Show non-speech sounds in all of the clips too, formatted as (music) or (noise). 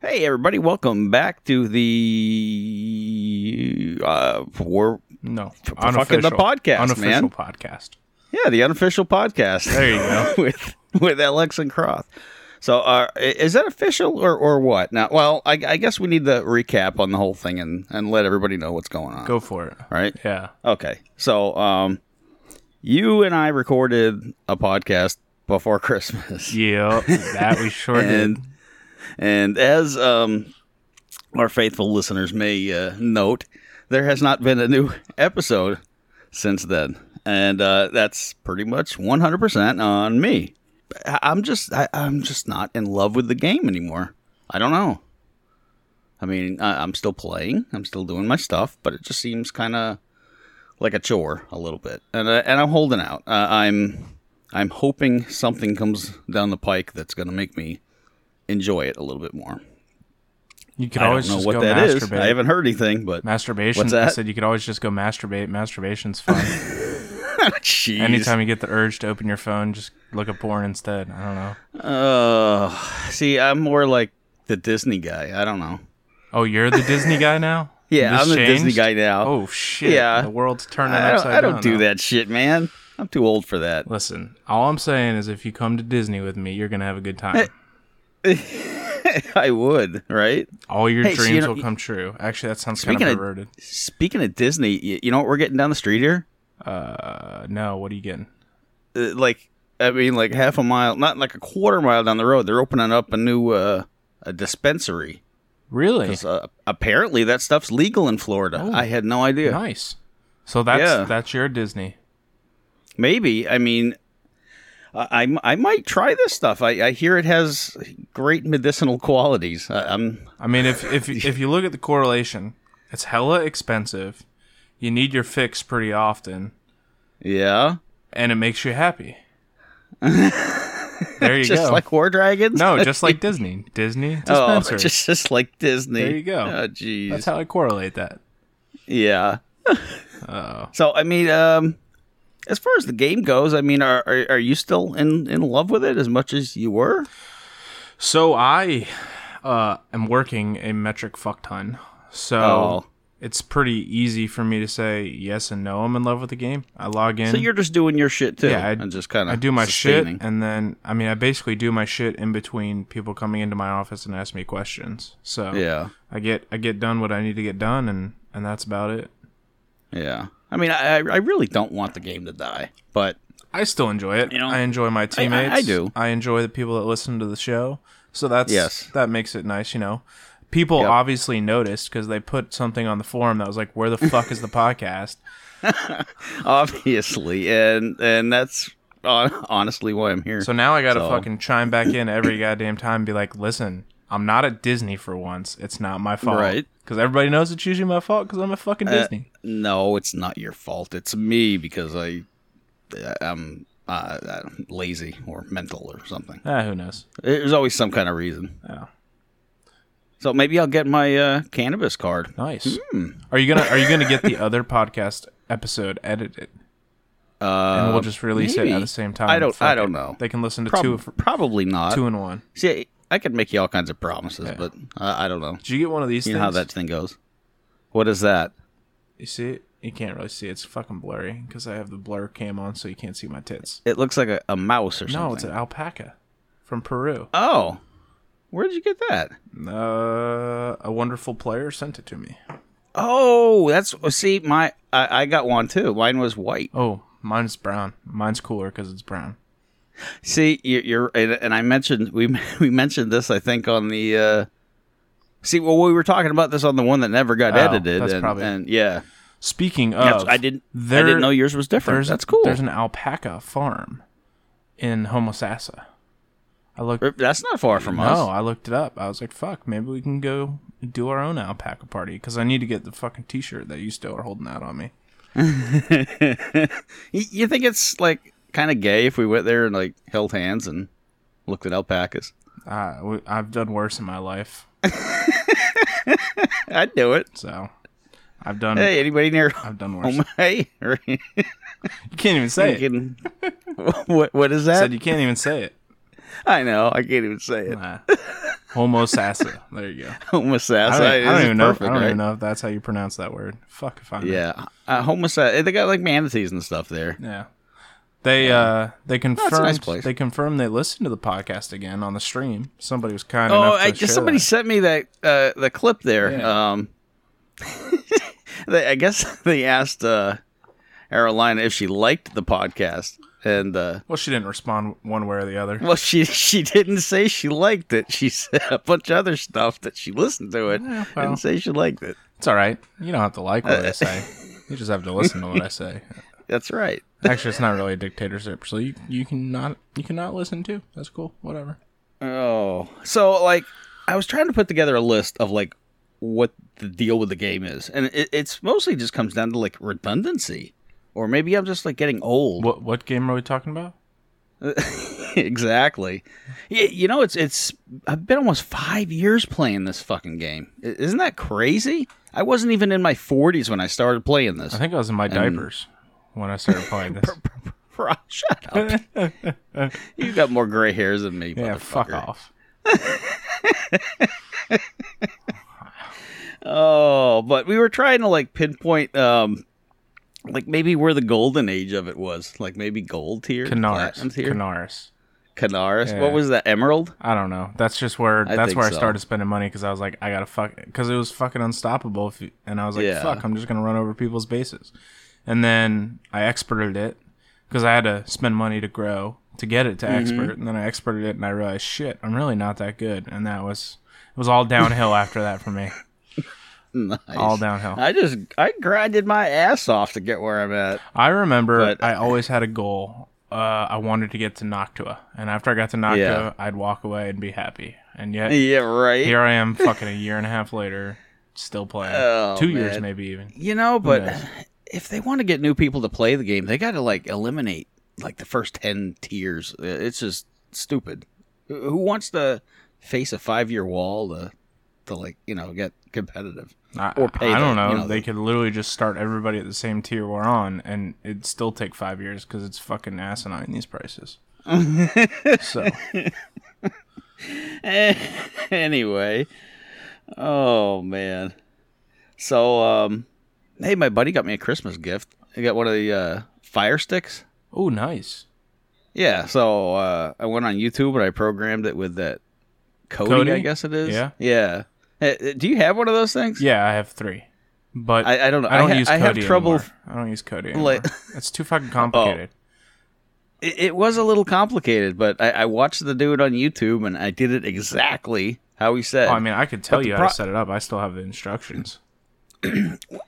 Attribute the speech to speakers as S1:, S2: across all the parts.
S1: Hey, everybody, welcome back to the uh, war.
S2: No,
S1: fucking the podcast,
S2: unofficial
S1: man.
S2: podcast.
S1: Yeah, the unofficial podcast.
S2: There you go.
S1: (laughs) with with Alex and Croth. So, uh, i- is that official or, or what? Now, well, I, I guess we need the recap on the whole thing and, and let everybody know what's going on.
S2: Go for it.
S1: All right.
S2: Yeah,
S1: Okay. So, um, you and I recorded a podcast before (laughs) Christmas.
S2: yeah, that we sure
S1: (laughs)
S2: did.
S1: and and as um, our faithful listeners may uh, note, there has not been a new episode since then, and uh, that's pretty much 100% on me. I- I'm just I, I'm just not in love with the game anymore. I don't know. I mean, I, I'm still playing, I'm still doing my stuff, but it just seems kind of like a chore a little bit, and uh, and I'm holding out. Uh, I'm I'm hoping something comes down the pike that's going to make me enjoy it a little bit more.
S2: You could
S1: I
S2: always
S1: don't know
S2: just
S1: what
S2: go
S1: that is.
S2: masturbate.
S1: I haven't heard anything, but
S2: Masturbation.
S1: What's that?
S2: I said you could always just go masturbate.
S1: (laughs)
S2: Masturbation's
S1: (laughs)
S2: fun.
S1: jeez.
S2: Anytime you get the urge to open your phone, just look at porn instead. I don't know.
S1: Uh, see, I'm more like the Disney guy. I don't know.
S2: Oh, you're the Disney guy now.
S1: (laughs) Yeah,
S2: This
S1: I'm the Disney
S2: changed?
S1: guy now.
S2: Oh shit!
S1: Yeah.
S2: the world's turning
S1: I don't,
S2: upside
S1: I don't
S2: down
S1: do
S2: now.
S1: that shit, man. I'm too old for that. (laughs)
S2: Listen, all I'm saying is if you come to Disney with me, you're gonna have a good time.
S1: I would, right?
S2: All your
S1: Hey, so
S2: dreams
S1: you know-
S2: will come true. Actually, that sounds kind of
S1: Speaking of-
S2: perverted.
S1: Speaking of Disney, you, you know what we're getting down the street here?
S2: Uh, no, what are you getting?
S1: Uh, like, I mean, like half a mile, not like a quarter mile down the road. They're opening up a new uh, a dispensary.
S2: Really?
S1: 'Cause, uh, apparently, that stuff's legal in Florida.
S2: Oh.
S1: I had no idea.
S2: Nice. So that's
S1: Yeah.
S2: that's your Disney.
S1: Maybe. I mean, I, I, I might try this stuff. I, I hear it has great medicinal qualities. I, I'm
S2: I mean, if
S1: (laughs)
S2: if if you look at the correlation, it's hella expensive. You need your fix pretty often,
S1: yeah,
S2: and it makes
S1: (laughs)
S2: you happy. there you
S1: just
S2: go.
S1: like War Dragons.
S2: no, just like Disney. Disney
S1: oh, (laughs)
S2: dispensary.
S1: just just like Disney.
S2: There you go.
S1: Oh, jeez.
S2: that's how I correlate that.
S1: yeah.
S2: Oh.
S1: So I mean, um, as far as the game goes, I mean, are are, are you still in in love with it as much as you were?
S2: So I uh, am working a metric fuck ton. So
S1: Oh.
S2: it's pretty easy for me to say yes and no. I'm in love with the game. I log in.
S1: So you're just doing your shit too,
S2: Yeah, I-
S1: and just kind of
S2: I do my shit, and then I mean, I basically do my shit in between people coming into my office and ask me questions. So
S1: Yeah.
S2: I get I get done what I need to get done, and and that's about it.
S1: Yeah. I mean, I I I really don't want the game to die, but
S2: I still enjoy it.
S1: You know,
S2: I enjoy my teammates.
S1: I do.
S2: I enjoy the people that listen to the show. So that's
S1: Yes.
S2: that makes it nice, you know. People
S1: Yep.
S2: obviously noticed because they put something on the forum that was like, "Where the
S1: (laughs)
S2: fuck is the podcast?"
S1: obviously and and that's hon- honestly why i'm here
S2: So now I gotta
S1: So-
S2: fucking chime back
S1: (coughs)
S2: in every goddamn time and be like, "Listen, I'm not at Disney for once. It's not my fault."
S1: Right. Uh,
S2: Because everybody knows it's usually my fault because I'm at fucking Disney.
S1: no it's not your fault it's me because i i'm uh, I'm lazy or mental or something
S2: Ah, who knows?
S1: there's always some kind of reason
S2: Yeah.
S1: so maybe i'll get my uh, cannabis card
S2: Nice.
S1: hmm.
S2: Are you gonna Are you gonna get the other podcast episode edited?
S1: uh,
S2: And we'll just release it at
S1: maybe.
S2: the same time.
S1: I don't-
S2: Fuck
S1: I don't
S2: it.
S1: know.
S2: They can listen to
S1: prob-
S2: two of-
S1: probably not
S2: two and one.
S1: see i could make you all kinds of promises but uh, i don't know
S2: Did you get one of these?
S1: you
S2: things?
S1: know how that thing goes what is that
S2: You see it? You can't really see. it. It's fucking blurry because I have the blur cam on, so you can't see my tits.
S1: it looks like a, a mouse or something
S2: No, it's an alpaca from Peru.
S1: oh where did you get that
S2: Uh, a wonderful player sent it to me.
S1: Oh, that's see my I, I got one too. Mine was white.
S2: Oh, mine's brown. Mine's cooler because it's brown.
S1: See, you, you're and, and I mentioned we (laughs) we mentioned this I think on the uh see well we were talking about this on the one that never got
S2: Oh,
S1: edited
S2: that's
S1: and,
S2: probably-
S1: and yeah
S2: Speaking
S1: Yeah,
S2: of,
S1: I didn't I
S2: there-
S1: didn't know yours was different.
S2: There's
S1: That's cool.
S2: There's an alpaca farm in Homosassa. I looked.
S1: That's not far from
S2: No,
S1: us.
S2: I looked it up. I was like, "Fuck, maybe we can go do our own alpaca party." Because I need to get the fucking T-shirt that you still are holding out on me.
S1: Y- You think it's like kind of gay if we went there and like held hands and looked at alpacas?
S2: Uh, we- I've done worse in my life,
S1: I'd do it.
S2: so I've done.
S1: Hey, anybody near (laughs)
S2: I've done worse.
S1: home? Hey, (laughs)
S2: You can't even say it.
S1: thinking, (laughs) what what is
S2: Said
S1: that?
S2: you can't even say it.
S1: I know I can't even say it.
S2: Nah. Homo sassa. There you go.
S1: homosassa.
S2: I don't, e, I don't
S1: is
S2: even know.
S1: perfect,
S2: I don't
S1: right?
S2: even know if that's how you pronounce that word. Fuck if I know.
S1: Yeah, uh, homosassa. They got like manatees and stuff there.
S2: Yeah. They uh they confirmed
S1: place.
S2: they confirmed they listened to the podcast again on the stream. Somebody was kind
S1: Oh,
S2: enough to
S1: I,
S2: share
S1: just somebody
S2: that.
S1: sent me that uh, the clip there.
S2: Yeah.
S1: Um, (laughs) they, I guess (laughs) they asked uh, Carolina if she liked the podcast, and uh,
S2: Well, she didn't respond one way or the other.
S1: well, she she didn't say she liked it. She said a bunch of other stuff that she listened to it
S2: Yeah, well.
S1: and say she liked it.
S2: It's all right. You don't have to like
S1: Uh,
S2: what I say.
S1: (laughs)
S2: You just have to listen to what I say.
S1: That's right.
S2: Actually, it's not really a dictatorship, so you you can not you cannot listen too. That's cool. Whatever.
S1: Oh, so like I was trying to put together a list of like what the deal with the game is, and it, it's mostly just comes down to like redundancy, or maybe I'm just like getting old.
S2: What what game are we talking about?
S1: (laughs) exactly. You, you know, it's it's I've been almost five years playing this fucking game. I- Isn't that crazy? I wasn't even in my 40s when I started playing this.
S2: I think I was in
S1: Um,
S2: my diapers when I started
S1: (laughs)
S2: playing this.
S1: Bro, (laughs) shut up.
S2: (laughs)
S1: you got more gray hairs than me.
S2: yeah, fuck
S1: motherfucker.
S2: off.
S1: Oh, but we were trying to like pinpoint, um, like maybe where the golden age of it was. Like maybe gold tier,
S2: Canaris.
S1: platinum tier,
S2: Canaris.
S1: Canaris.
S2: Yeah.
S1: What was that? Emerald.
S2: I don't know. That's just where
S1: I
S2: that's
S1: think
S2: where
S1: so.
S2: I started spending money because I was like, I gotta fuck because it was fucking unstoppable. If you, and I was like,
S1: Yeah.
S2: fuck, I'm just gonna run over people's bases. And then I experted it because I had to spend money to grow to get it to
S1: Mm-hmm.
S2: expert. And then I experted it, and I realized, shit, I'm really not that good. And that was it was
S1: (laughs)
S2: all downhill after that for me.
S1: Nice.
S2: All downhill.
S1: I just I grinded my ass off to get where I'm at.
S2: I remember
S1: But-
S2: I always had a goal. Uh, I wanted to get to Noctua, and after I got to Noctua,
S1: Yeah.
S2: I'd walk away and be happy. And yet,
S1: Yeah, right.
S2: here I am, fucking a year and a half later, still playing.
S1: (laughs) Oh,
S2: Two years,
S1: man.
S2: maybe even.
S1: You know, but
S2: knows?
S1: if they want to get new people to play the game, they got to like eliminate like the first 10 tiers. Uh, It's just stupid. Who who wants to face a 5-year wall to to like, you know, get competitive?
S2: I,
S1: Or pay
S2: I
S1: the-
S2: don't know.
S1: you know,
S2: they
S1: the-
S2: could literally just start everybody at the same tier we're on, and it'd still take five years because it's fucking asinine
S1: (laughs)
S2: these prices. so
S1: (laughs) anyway. Oh man. So um hey, my buddy got me a Christmas gift. I got one of the uh fire sticks.
S2: oh, nice.
S1: Yeah, so uh, I went on YouTube and I programmed it with that Cody,
S2: Cody?
S1: I guess it is.
S2: Yeah.
S1: yeah. Eh, eh, Do you have one of those things?
S2: Yeah, I have three, but I,
S1: I, I don't know.
S2: don't
S1: ha-
S2: use
S1: I
S2: Cody
S1: have trouble.
S2: anymore. I don't use Cody
S1: (laughs)
S2: anymore.
S1: Like- Oh,
S2: it's too
S1: (laughs)
S2: fucking complicated.
S1: It, it was a little complicated, but I, I watched the dude on YouTube and I did it exactly how he said.
S2: Oh, I mean, I could tell
S1: the
S2: you how
S1: pro-
S2: to set it up. I still have the instructions.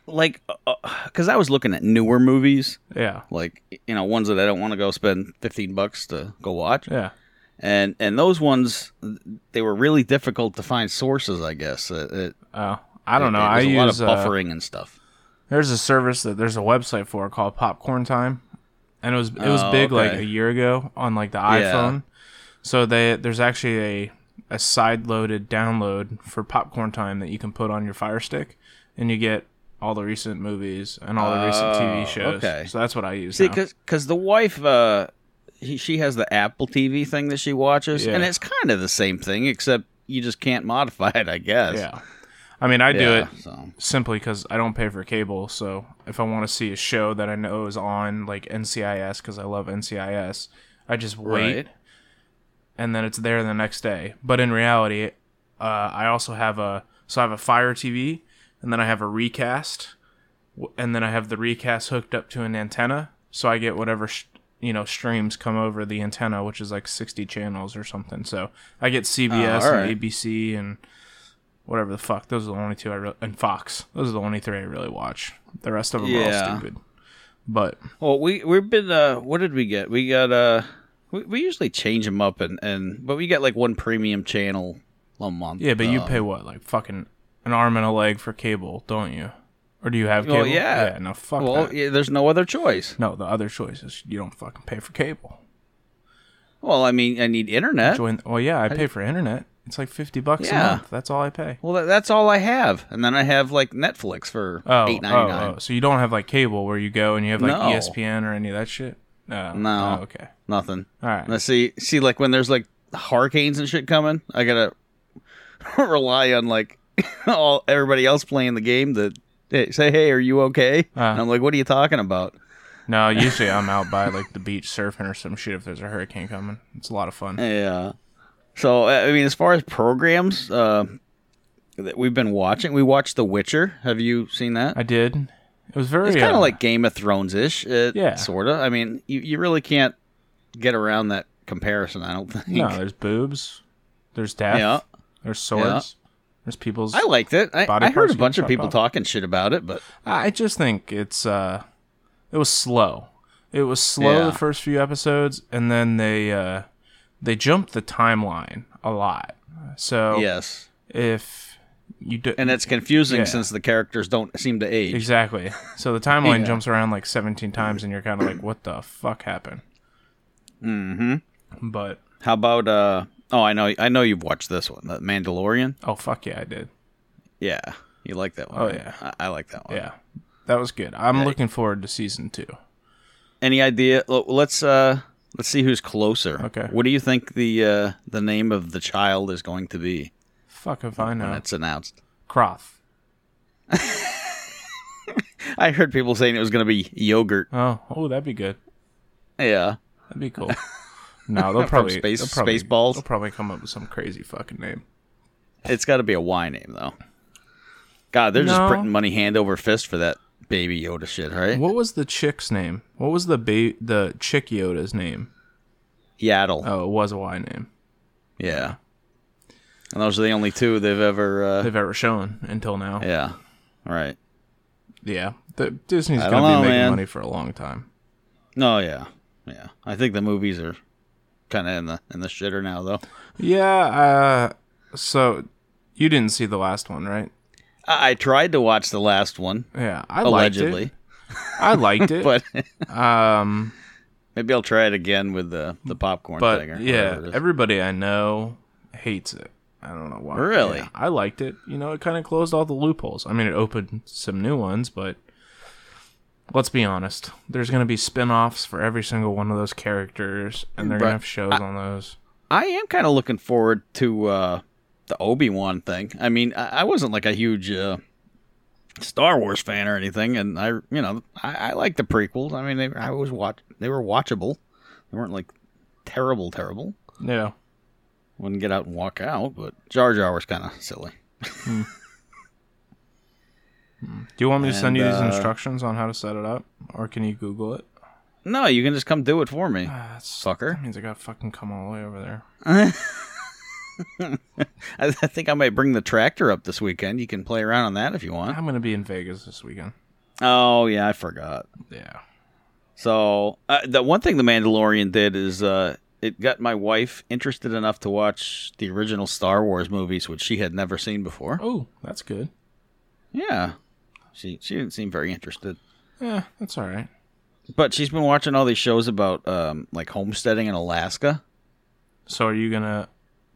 S1: like, because I was looking at newer movies,
S2: Yeah,
S1: like you know, ones that I don't want to go spend fifteen bucks to go watch,
S2: yeah.
S1: and and those ones they were really difficult to find sources. I guess it, it,
S2: Oh, I don't know. I
S1: there's a
S2: use
S1: lot of
S2: uh,
S1: buffering and stuff.
S2: there's a service that there's a website for called Popcorn Time, and it was it was
S1: Oh,
S2: big like
S1: okay.
S2: a year ago on like the iPhone. So they there's actually a a side loaded download for Popcorn Time that you can put on your Fire Stick, and you get all the recent movies and all the recent
S1: Oh,
S2: TV shows.
S1: okay.
S2: So that's what I use.
S1: See,
S2: now.
S1: because the wife, uh, he, she has the Apple TV thing that she watches,
S2: Yeah.
S1: and it's kind of the same thing, except you just can't modify it, I guess.
S2: yeah. I mean, I do
S1: Yeah,
S2: it
S1: So.
S2: simply because I don't pay for cable. So if I want to see a show that I know is on like NCIS because I love NCIS, I just wait
S1: Right.
S2: and then it's there the next day. But in reality, uh, I also have a so I have a Fire TV and then I have a recast w- and then I have the recast hooked up to an antenna, so I get whatever. Sh- you know, streams come over the antenna, which is like 60 channels or something. So I get CBS
S1: all right.
S2: and ABC and whatever the fuck. Those are the only two I re- and Fox. Those are the only three I really watch. The rest of them are
S1: Yeah.
S2: all stupid. But
S1: Well, we we've been. Uh, what did we get? We got. Uh, we, we usually change them up, and and but we get like one premium channel a month.
S2: yeah, but you
S1: Uh,
S2: pay what like fucking an arm and a leg for cable, don't you? Or do you have cable?
S1: Well, yeah.
S2: no, fuck
S1: Well,
S2: that.
S1: yeah, there's no other choice.
S2: No, the other choice is you don't fucking pay for cable.
S1: Well, I mean, I need internet.
S2: Join. Well, yeah, I pay for internet. It's like fifty bucks
S1: Yeah.
S2: a month. That's all I pay.
S1: Well, that, that's all I have, and then I have like Netflix for
S2: Oh,
S1: eight ninety nine.
S2: oh, oh, so you don't have like cable where you go and you have like E
S1: No.
S2: ESPN or any of that shit. No,
S1: No.
S2: Oh, okay,
S1: Nothing.
S2: all right.
S1: Now see, see, like when there's like hurricanes and shit coming, I gotta (laughs) rely on like (laughs) all everybody else playing the game to hey, say, "Hey, are you okay?"
S2: Uh.
S1: and I'm like, "What are you talking about?"
S2: No, usually I'm out by like the beach surfing or some shit if there's a hurricane coming. It's a lot of fun.
S1: Yeah. So I I mean, as far as programs uh, that we've been watching, we watched The Witcher. Have you seen that?
S2: I did. It was very
S1: It's kind
S2: uh,
S1: of like Game of Thrones ish.
S2: Yeah.
S1: Sort of. I mean, you, you really can't get around that comparison. I don't (laughs) think.
S2: No, there's boobs. There's death.
S1: Yeah.
S2: There's swords. There's people's
S1: I liked it. I,
S2: Body
S1: I heard
S2: parts
S1: a
S2: get
S1: bunch of
S2: chopped
S1: people
S2: off.
S1: talking shit about it, but
S2: I just think it's uh it was slow. It was slow
S1: Yeah.
S2: the first few episodes and then they uh they jumped the timeline a lot. So
S1: yes,
S2: if you do
S1: and it's confusing
S2: Yeah.
S1: since the characters don't seem to age.
S2: exactly. So the timeline
S1: Yeah.
S2: jumps around like 17 times and you're kind of like what the fuck happened?
S1: Mm-hmm.
S2: Mhm. But
S1: How about uh? Oh, I know, I know you've watched this one, The Mandalorian.
S2: oh fuck yeah, I did.
S1: Yeah, you like that one.
S2: Oh,
S1: right?
S2: yeah.
S1: I, I like that one.
S2: Yeah. That was good. I'm looking forward to season 2.
S1: Any idea? l- Let's uh, let's see who's closer.
S2: Okay.
S1: What do you think the uh the name of the child is going to be
S2: Fuck if I
S1: when
S2: know.
S1: it's announced?
S2: Croth.
S1: I heard people saying it was going to be yogurt.
S2: Oh, oh, that'd be good.
S1: Yeah.
S2: That'd be
S1: (laughs)
S2: cool. No, they'll probably
S1: space-
S2: they'll probably,
S1: Spaceballs?
S2: They'll probably come up with some crazy fucking name.
S1: It's got to be a Y name though. God, they're
S2: No.
S1: just printing money hand over fist for that baby Yoda shit, right?
S2: What was the chick's name? What was the ba- the chick Yoda's name?
S1: Yaddle.
S2: Oh, it was a Y name
S1: Yeah. And those are the only two they've ever. Uh,
S2: they've ever shown until now. Yeah,
S1: yeah. Right.
S2: The, Disney's
S1: I
S2: gonna
S1: don't
S2: be
S1: know,
S2: making
S1: man.
S2: money for a long time.
S1: No. Yeah. Yeah. I think the movies are kind of in the in the shitter now, though.
S2: Yeah. Uh, so you didn't see the last one, right?
S1: I, I tried to watch the last one
S2: Yeah, I
S1: allegedly, (laughs)
S2: liked it. I liked it,
S1: but (laughs)
S2: um,
S1: maybe I'll try it again with the the popcorn
S2: but
S1: thing. Or
S2: yeah,
S1: whatever it is.
S2: everybody I know hates it. I don't know why.
S1: Really?
S2: Yeah, I liked it. You know, it kind of closed all the loopholes. I mean, it opened some new ones, but let's be honest. There's going to be spin-offs for every single one of those characters, and they're going
S1: But
S2: to have shows on those.
S1: I am kind of looking forward to uh, the Obi Wan thing. I mean, I, I wasn't like a huge uh, Star Wars fan or anything, and I, you know, I, I like the prequels. I mean, they I was watch they were watchable. They weren't like terrible, terrible.
S2: Yeah.
S1: Wouldn't get out and walk out, but Jar Jar was kind of silly.
S2: Do you want me to send
S1: And,
S2: you these
S1: uh,
S2: instructions on how to set it up, or can you Google it?
S1: No, you can just come do it for me.
S2: Ah, that's-
S1: Sucker.
S2: That means I got to fucking come all the way over there.
S1: I, I think I might bring the tractor up this weekend. You can play around on that if you want.
S2: I'm going to be in Vegas this weekend.
S1: Oh yeah, I forgot.
S2: Yeah.
S1: So uh, the one thing the Mandalorian did is uh, it got my wife interested enough to watch the original Star Wars movies, which she had never seen before.
S2: Oh, that's good.
S1: Yeah, she she didn't seem very interested,
S2: Yeah, that's all right.
S1: but she's been watching all these shows about um, like homesteading in Alaska.
S2: So are you gonna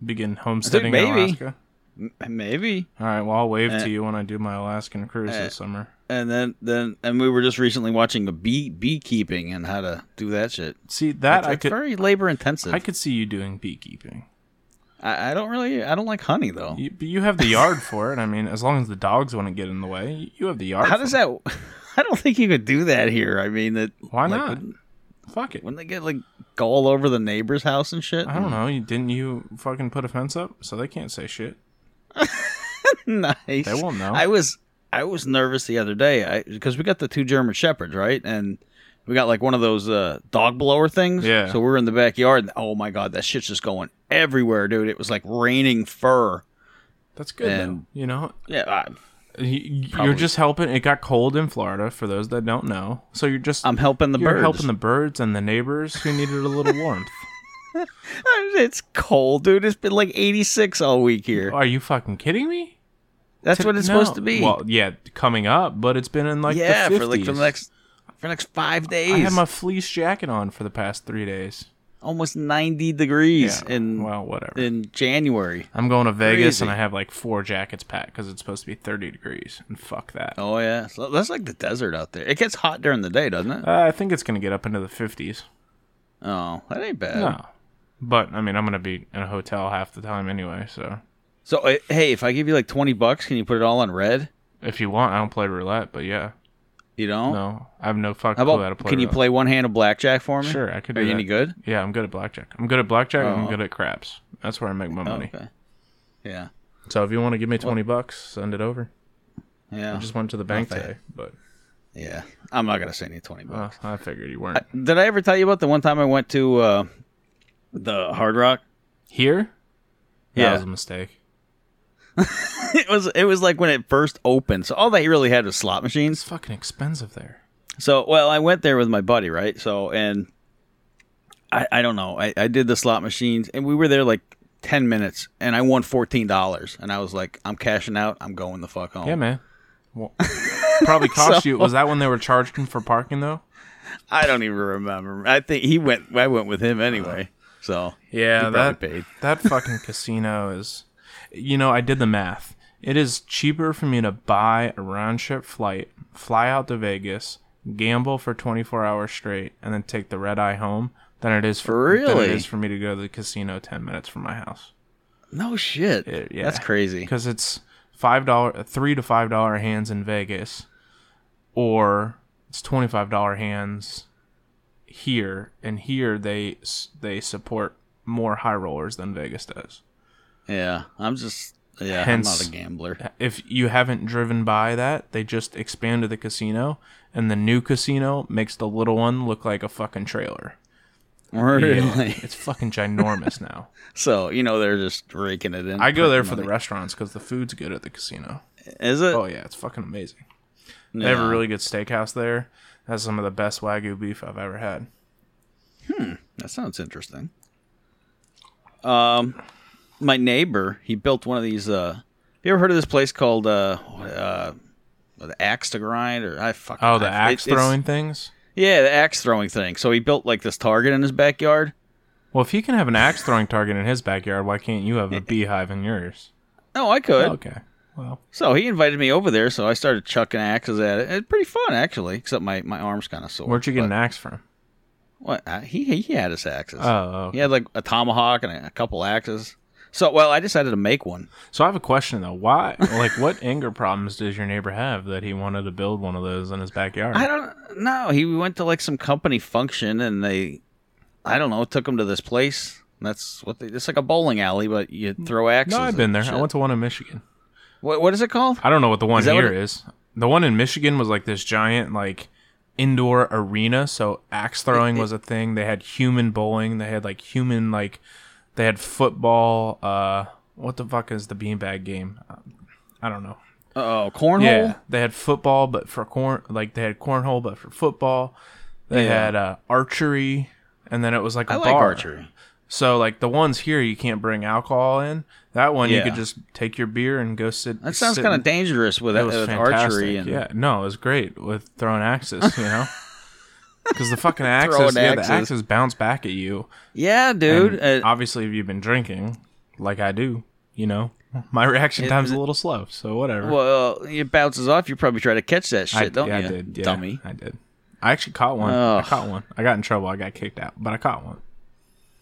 S2: begin homesteading in
S1: maybe.
S2: Alaska?
S1: M- Maybe.
S2: All right. Well, I'll wave
S1: Uh,
S2: to you when I do my Alaskan cruise this summer.
S1: And then then and we were just recently watching a bee beekeeping and how to do that shit.
S2: See that
S1: It's,
S2: I
S1: it's
S2: could
S1: very labor intensive.
S2: I could see you doing beekeeping.
S1: I, I don't really I don't like honey though.
S2: You, but you have
S1: (laughs)
S2: the yard for it. I mean, as long as the dogs wouldn't get in the way, you- you have the yard.
S1: How
S2: for
S1: does that? (laughs) I don't think you could do that here. I mean, that
S2: it. Why
S1: like,
S2: not?
S1: wouldn't-
S2: Fuck it.
S1: Wouldn't they get like go all over the neighbor's house and shit?
S2: I don't know. You, didn't you fucking put a fence up? So they can't say shit.
S1: (laughs) nice.
S2: They won't know.
S1: I was I was nervous the other day because we got the two German shepherds right, and we got like one of those uh, dog blower things.
S2: Yeah.
S1: So we're in the backyard, and oh my god, that shit's just going everywhere, dude. It was like raining fur.
S2: That's good.
S1: And-
S2: though. You know,
S1: Yeah. I,
S2: you, you're
S1: Probably.
S2: just helping. It got cold in Florida. For those that don't know, so you're just
S1: I'm helping the
S2: you're
S1: birds.
S2: helping the birds and the neighbors who needed a little warmth.
S1: (laughs) It's cold, dude. It's been like 86 all week here.
S2: Oh, Are you fucking kidding me?
S1: That's what it's
S2: No.
S1: supposed to be.
S2: Well, yeah, coming up, but it's been in like
S1: yeah,
S2: the 50s.
S1: for like for the next for the next five days.
S2: I had my fleece jacket on for the past three days.
S1: almost 90 degrees
S2: Yeah,
S1: in
S2: well, whatever.
S1: in January.
S2: I'm going to Vegas
S1: Crazy.
S2: and I have like four jackets packed because it's supposed to be 30 degrees, and fuck that.
S1: Oh yeah, so that's like the desert out there. It gets hot during the day, doesn't it?
S2: Uh, I think it's gonna get up into the 50s.
S1: Oh, that ain't bad.
S2: No, but I mean, I'm gonna be in a hotel half the time anyway, so
S1: So uh, hey, if I give you like twenty bucks, can you put it all on red?
S2: If you want, I don't play roulette, but yeah.
S1: You don't.
S2: No, I have no
S1: How
S2: fucking clue how to
S1: about
S2: play
S1: can you
S2: roulette.
S1: play one hand of blackjack for me?
S2: Sure, I could
S1: Are
S2: do
S1: you
S2: that.
S1: any good?
S2: Yeah, I'm good at blackjack. I'm good at blackjack. and I'm
S1: Oh.
S2: good at craps. That's where I make my
S1: Oh,
S2: money.
S1: okay. Yeah.
S2: So if you want to give me twenty bucks, send it over.
S1: Yeah.
S2: I just went to the bank
S1: bad.
S2: today, but
S1: yeah. I'm not gonna send you twenty bucks.
S2: uh, I figured you weren't
S1: Did I ever tell you about the one time I went to uh, the Hard Rock?
S2: here. That
S1: Yeah.
S2: was a mistake.
S1: (laughs) it was it was like when it first opened. So all they really had was slot machines.
S2: It's fucking expensive there.
S1: So well, I went there with my buddy, right? So and I, I don't know. I, I did the slot machines and we were there like ten minutes and I won fourteen dollars and I was like, I'm cashing out, I'm going the fuck home.
S2: Yeah, man.
S1: (laughs)
S2: Well, probably cost you. Was that when they were charging for parking though?
S1: I don't even remember. I think he went I went with him anyway. So
S2: Yeah,
S1: He probably
S2: that
S1: paid.
S2: that fucking casino is. You know, I did the math. It is cheaper for me to buy a round trip flight, fly out to Vegas, gamble for 24 hours straight, and then take the red eye home than it is for than
S1: Really?
S2: it is for me to go to the casino 10 minutes from my house.
S1: No shit.
S2: It- yeah.
S1: That's crazy.
S2: Because it's five dollar, three to five dollar hands in Vegas, or it's twenty five dollar hands here, and here they s- they support more high rollers than Vegas does.
S1: Yeah. I'm just yeah, I'm
S2: Hence-
S1: not a gambler.
S2: If you haven't driven by that, they just expanded the casino, and the new casino makes the little one look like a fucking trailer.
S1: (laughs) Really?
S2: Yeah, it's fucking
S1: (laughs)
S2: ginormous now.
S1: So you know they're just raking it in.
S2: I go there for the restaurants because the food's good at the casino.
S1: Is it?
S2: Oh yeah, it's fucking amazing. They have a really good steakhouse there. Has some of the best wagyu beef I've ever had.
S1: That sounds interesting. Um, my neighbor he built one of these. Uh, have you ever heard of this place called uh, uh, the axe to grind or I fucking
S2: Oh, the
S1: I-
S2: axe
S1: it's-
S2: throwing things.
S1: Yeah, the axe throwing thing. So he built like this target in his backyard.
S2: Well, if he can have an axe throwing target in his backyard, why can't
S1: (laughs)
S2: you have a beehive in yours?
S1: Oh, I could.
S2: Okay. Well,
S1: So he invited me over there. So I started chucking axes at it. It's pretty fun actually, except my, my arm's kind of sore.
S2: where'd you get an
S1: But-
S2: axe from?
S1: What I- he he had his axes.
S2: Oh, okay.
S1: He had like a tomahawk and a, a couple axes. So, well, I decided to make one.
S2: so I have a question though. Why, like, what (laughs) anger problems does your neighbor have that he wanted to build one of those in his backyard?
S1: I don't know. He went to like some company function and they, I don't know, took him to this place. That's what they, it's like a bowling alley, but you throw axes.
S2: Mm. no, I've
S1: and
S2: been there.
S1: shit.
S2: I went to one in Michigan.
S1: What, what is it called?
S2: I don't know what the one
S1: Is that what
S2: here is. The one in Michigan was like this giant like indoor arena, so axe throwing was a thing. They had human bowling, they had like human like they had football, uh what the fuck is the beanbag game? Um, I don't know.
S1: Oh, cornhole.
S2: Yeah, they had football but for corn like they had cornhole but for football. They
S1: Yeah.
S2: had uh archery and then it was like a
S1: I like
S2: bar.
S1: archery.
S2: So like the ones here you can't bring alcohol in. That one you
S1: Yeah.
S2: could just take your beer and go sit
S1: That sounds
S2: sit
S1: kind
S2: in-
S1: of dangerous with,
S2: it was
S1: with
S2: fantastic.
S1: archery and
S2: yeah, no, it was great with throwing axes, you
S1: (laughs)
S2: know, because the fucking axes,
S1: Throwing
S2: yeah, the
S1: axes.
S2: axes bounce back at you.
S1: Yeah, dude.
S2: And
S1: Uh,
S2: obviously, if you've been drinking, like I do, you know, my reaction time's a little slow. So whatever.
S1: well, it bounces off. You probably try to catch that shit,
S2: I,
S1: don't
S2: yeah,
S1: you,
S2: I did, yeah,
S1: dummy?
S2: I did. I actually caught one.
S1: Ugh.
S2: I caught one. I got in trouble. I got kicked out, but I caught one.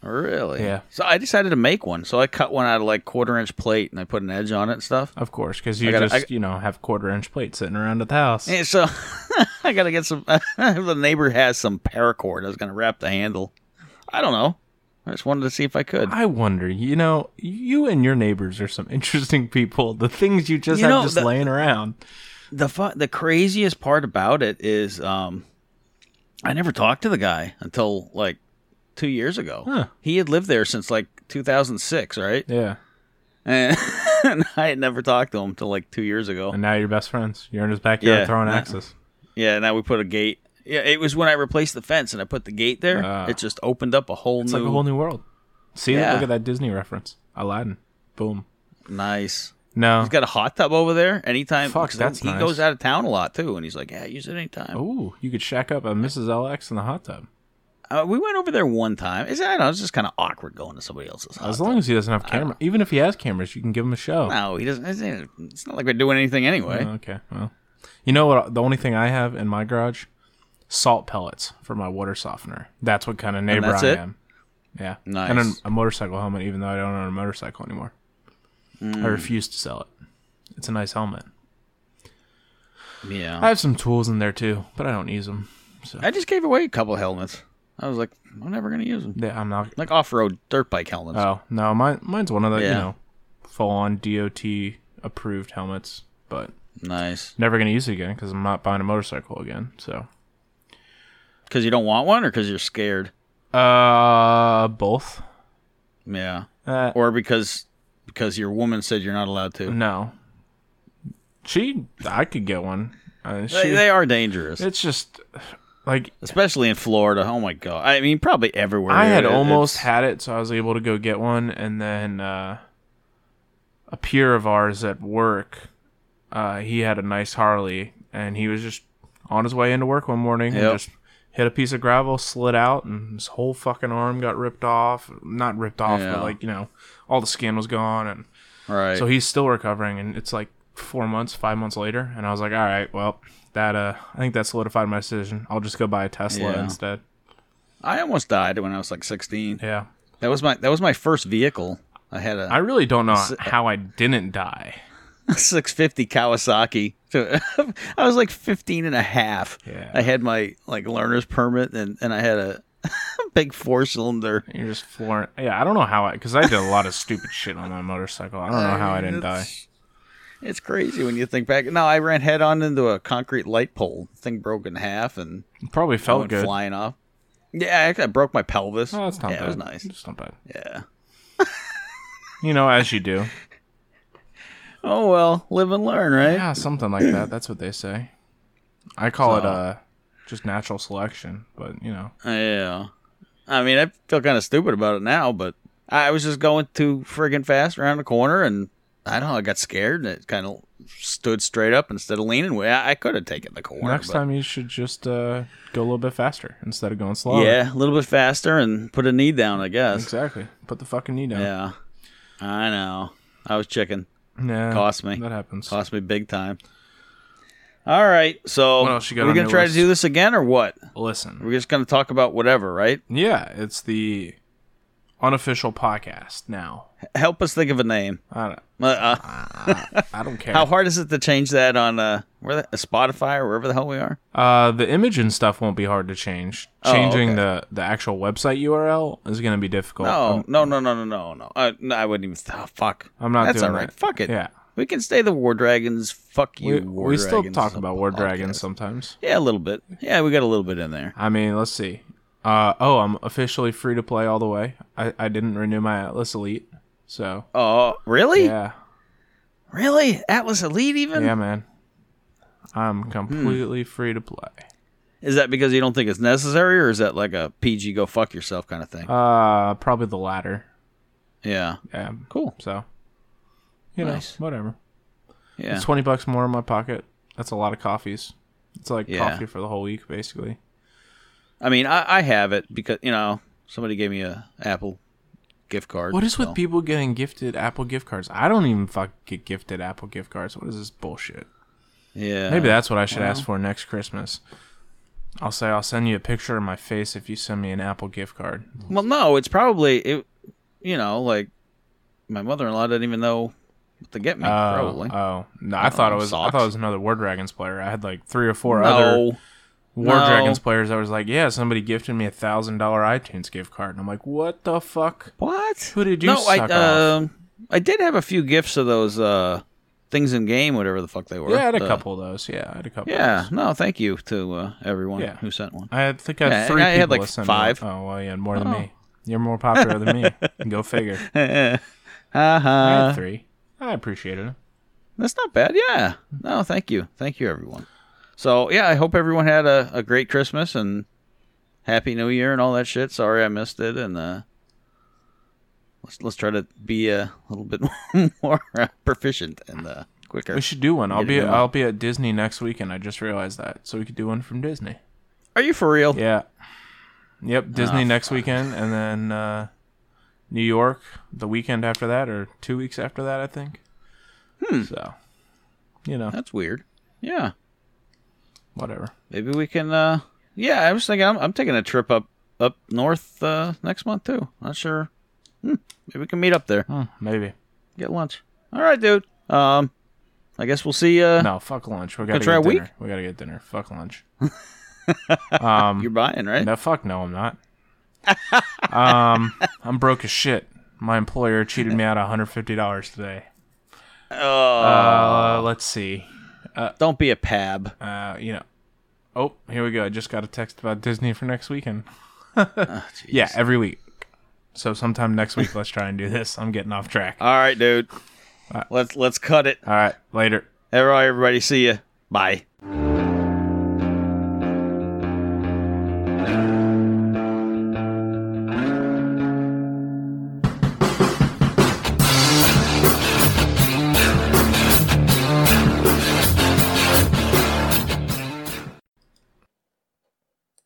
S1: Really?
S2: Yeah.
S1: So I decided to make one. So I cut one out of like quarter inch plate and I put an edge on it and stuff.
S2: Of course, because you
S1: gotta-
S2: just
S1: I-
S2: you know have quarter inch plates sitting around at the house.
S1: Yeah, so (laughs) I gotta get some. (laughs) the neighbor has some paracord. I was gonna wrap the handle. I don't know. I just wanted to see if I could.
S2: I wonder, you know, you and your neighbors are some (laughs) interesting people. The things you just
S1: You
S2: have
S1: know,
S2: just
S1: the-
S2: laying around.
S1: The fu- the craziest part about it is, um, I never talked to the guy until like two years ago.
S2: Huh.
S1: He had lived there since like 2006, right?
S2: Yeah.
S1: And, (laughs) and I had never talked to him until like two years ago.
S2: And now you're best friends. You're in his backyard
S1: Yeah.
S2: throwing
S1: Yeah.
S2: axes.
S1: Yeah, now we put a gate. Yeah, it was when I replaced the fence and I put the gate there.
S2: Ah.
S1: it just opened up a whole
S2: It's
S1: new,
S2: like a whole new world. See,
S1: Yeah.
S2: look at that Disney reference. Aladdin. Boom.
S1: nice.
S2: No.
S1: He's got a hot tub over there. Anytime
S2: Fuck,
S1: 'cause
S2: that's
S1: he
S2: nice. Oh.
S1: goes out of town a lot too, and he's like, "Yeah, use it anytime."
S2: Ooh, you could shack up at Mrs. LX in the hot tub.
S1: Uh, we went over there one time. It's, I don't know. It's just kind of awkward going to somebody else's hot
S2: As
S1: tub.
S2: long as he doesn't have camera. Even if he has cameras, you can give him a show.
S1: No, he doesn't. It's, it's not like we're doing anything anyway.
S2: Oh, Okay. Well, you know what? The only thing I have in my garage, salt pellets for my water softener. That's what kind of neighbor
S1: that's
S2: I
S1: it?
S2: am. Yeah.
S1: Nice.
S2: And a, a motorcycle helmet, even though I don't own a motorcycle anymore.
S1: Mm.
S2: I refuse to sell it. It's a nice helmet.
S1: Hmm. Yeah.
S2: I have some tools in there too, but I don't use them. So
S1: I just gave away a couple helmets. I was like, I'm never gonna use them.
S2: they, I'm not.
S1: Like off-road dirt bike helmets.
S2: Oh no, mine mine's one of the you
S1: Yeah.
S2: know full on DOT approved helmets, but
S1: Nice.
S2: never gonna use it again because I'm not buying a motorcycle again. So
S1: Because you don't want one, or because you're scared.
S2: uh, both.
S1: Yeah.
S2: Uh,
S1: Or because because your woman said you're not allowed to.
S2: no, she I could get one. Uh,
S1: They,
S2: she,
S1: they are dangerous,
S2: it's just like
S1: especially in Florida. Oh my god. I mean, probably everywhere.
S2: I had
S1: It-
S2: almost
S1: it's-
S2: had it, so I was able to go get one, and then uh, a peer of ours at work, uh, he had a nice Harley, and he was just on his way into work one morning
S1: Yep.
S2: and just hit a piece of gravel, slid out, and his whole fucking arm got ripped off. Not ripped off,
S1: Yeah.
S2: but like you know, all the skin was gone, and
S1: right.
S2: so he's still recovering, and it's like four months, five months later, and I was like, all right, well, that uh, I think that solidified my decision. I'll just go buy a Tesla
S1: Yeah.
S2: instead.
S1: I almost died when I was like 16.
S2: Yeah.
S1: That was my that was my first vehicle. I had
S2: I
S1: a
S2: really don't know
S1: uh,
S2: how I didn't die.
S1: (laughs) 650 Kawasaki. So (laughs) I was like 15 and a half.
S2: Yeah.
S1: I had my like learner's permit and and I had a (laughs) big four cylinder.
S2: You're just flooring. Yeah, I don't know how I because I did a lot of stupid shit on my motorcycle. I don't know how I didn't die.
S1: It's- It's crazy when you think back. No, I ran head on into a concrete light pole. Thing broke in half and
S2: It probably
S1: I
S2: felt
S1: went
S2: good.
S1: flying off. Yeah, actually, I broke my pelvis.
S2: Oh, that's not
S1: yeah,
S2: bad.
S1: it was nice.
S2: It's not bad.
S1: Yeah.
S2: You know, as you do.
S1: Oh well, live and learn, right?
S2: Yeah, something like that. That's what they say. I call it
S1: So-
S2: uh just natural selection, but you know.
S1: Yeah. I mean, I feel kind of stupid about it now, but I was just going too friggin' fast around the corner, and I don't know, I got scared, and it kind of stood straight up instead of leaning. way. I, I could have taken the corner.
S2: Next
S1: but-
S2: time you should just uh go a little bit faster instead of going slower.
S1: Yeah, a little bit faster and put a knee down, I guess.
S2: Exactly. Put the fucking knee down.
S1: Yeah. I know. I was chicken.
S2: Yeah.
S1: Cost me.
S2: That happens.
S1: Cost me big time. All right, so
S2: What else you got
S1: are we
S2: on
S1: gonna
S2: your
S1: try
S2: list?
S1: to do this again or what?
S2: Listen.
S1: We're just gonna talk about whatever, right?
S2: Yeah, it's the unofficial podcast now.
S1: Help us think of a name.
S2: I don't,
S1: Uh, uh,
S2: I don't care.
S1: (laughs) How hard is it to change that on uh, where the, Spotify or wherever the hell we are?
S2: Uh, the image and stuff won't be hard to change.
S1: Oh,
S2: Changing
S1: okay.
S2: the the actual website URL is going to be difficult.
S1: No,
S2: Oh, I'm,
S1: no, no, no, no, no, no. Uh, no I wouldn't even. Th- oh, fuck.
S2: I'm not
S1: That's
S2: doing
S1: all right.
S2: that.
S1: Fuck it.
S2: Yeah,
S1: We can stay the War Dragons. Fuck you.
S2: we,
S1: War
S2: we still
S1: Dragons
S2: talk about War
S1: podcast.
S2: Dragons sometimes.
S1: Yeah, a little bit. Yeah, we got a little bit in there.
S2: I mean, let's see. Uh, oh, I'm officially free to play all the way. I, I didn't renew my Atlas Elite, so
S1: Oh, really?
S2: yeah,
S1: Really? Atlas Elite? Even?
S2: yeah, man.
S1: Hmm.
S2: I'm completely free to play.
S1: Is that because you don't think it's necessary, or is that like a PG go fuck yourself kind of thing?
S2: Uh, probably the latter.
S1: yeah.
S2: Yeah.
S1: Cool.
S2: So, you know,
S1: Nice.
S2: whatever.
S1: Yeah.
S2: It's twenty bucks more in my pocket. That's a lot of coffees. It's like
S1: Yeah.
S2: coffee for the whole week, basically.
S1: I mean, I, I have it because you know somebody gave me a Apple gift card.
S2: What is with
S1: so-
S2: people getting gifted Apple gift cards? I don't even fuck get gifted Apple gift cards. What is this bullshit?
S1: Yeah.
S2: Maybe that's what I should ask for next Christmas. I'll say I'll send you a picture of my face if you send me an Apple gift card.
S1: Well, no, it's probably it. You know, like my mother-in-law didn't even know what to get me.
S2: Oh,
S1: Mm, probably.
S2: oh no! I thought it was I
S1: socks.
S2: thought it was another War Dragons player. I had like three or four other
S1: no.
S2: War
S1: no.
S2: Dragons players. I was like, yeah, somebody gifted me a thousand dollar iTunes gift card, and I'm like, what the fuck?
S1: What?
S2: Who did you
S1: no, I
S2: suck off?
S1: um, I did have a few gifts of those uh things in game, whatever the fuck they were.
S2: Yeah, I had a
S1: The-
S2: couple of those. Yeah, I had a couple. of
S1: Yeah.
S2: those.
S1: No, thank you to uh, everyone
S2: Yeah.
S1: who sent
S2: (laughs)
S1: one.
S2: I had- think I had
S1: Yeah,
S2: three.
S1: I had,
S2: people
S1: like,
S2: listen to
S1: five.
S2: it. Oh well, you had more than me. You're more popular
S1: (laughs)
S2: than me. Go figure. I
S1: Uh-huh.
S2: had three. I appreciated it.
S1: That's not bad. Yeah. No, thank you. Thank you, everyone. So, yeah, I hope everyone had a, a great Christmas and Happy New Year and all that shit. Sorry I missed it. And uh, let's let's try to be a little bit (laughs) more uh, proficient and uh, quicker.
S2: We should do one. I'll
S1: Get it
S2: be
S1: going.
S2: I'll be at Disney next weekend. I just realized that, so we could do one from Disney.
S1: Are you for real?
S2: Yeah. Yep, Disney
S1: Oh,
S2: next weekend, and then uh, New York the weekend after that, or two weeks after that, I think. Hmm. So, you know,
S1: That's weird. Yeah.
S2: whatever.
S1: Maybe we can. Uh, yeah, I was thinking I'm, I'm taking a trip up up north uh, next month, too. Not sure. Hmm. Maybe we can meet up there,
S2: Hmm, maybe.
S1: get lunch. all right, dude. Um, I guess we'll see. Uh,
S2: No, fuck lunch. We gotta
S1: Gonna try
S2: get
S1: a week?
S2: dinner. We gotta get dinner. Fuck lunch. um,
S1: You're buying, right?
S2: no, fuck no, I'm not. um, I'm broke as shit. My employer cheated me out of 150 dollars today.
S1: Oh,
S2: Uh, let's see.
S1: don't be a pab.
S2: Uh, you know. Oh, here we go. I just got a text about Disney for next weekend. (laughs) Yeah, every week. So sometime next week, let's try and do this. I'm getting off track.
S1: All right,
S2: uh,
S1: dude. Let's let's cut it.
S2: All right, later.
S1: All right, everybody. See ya. Bye.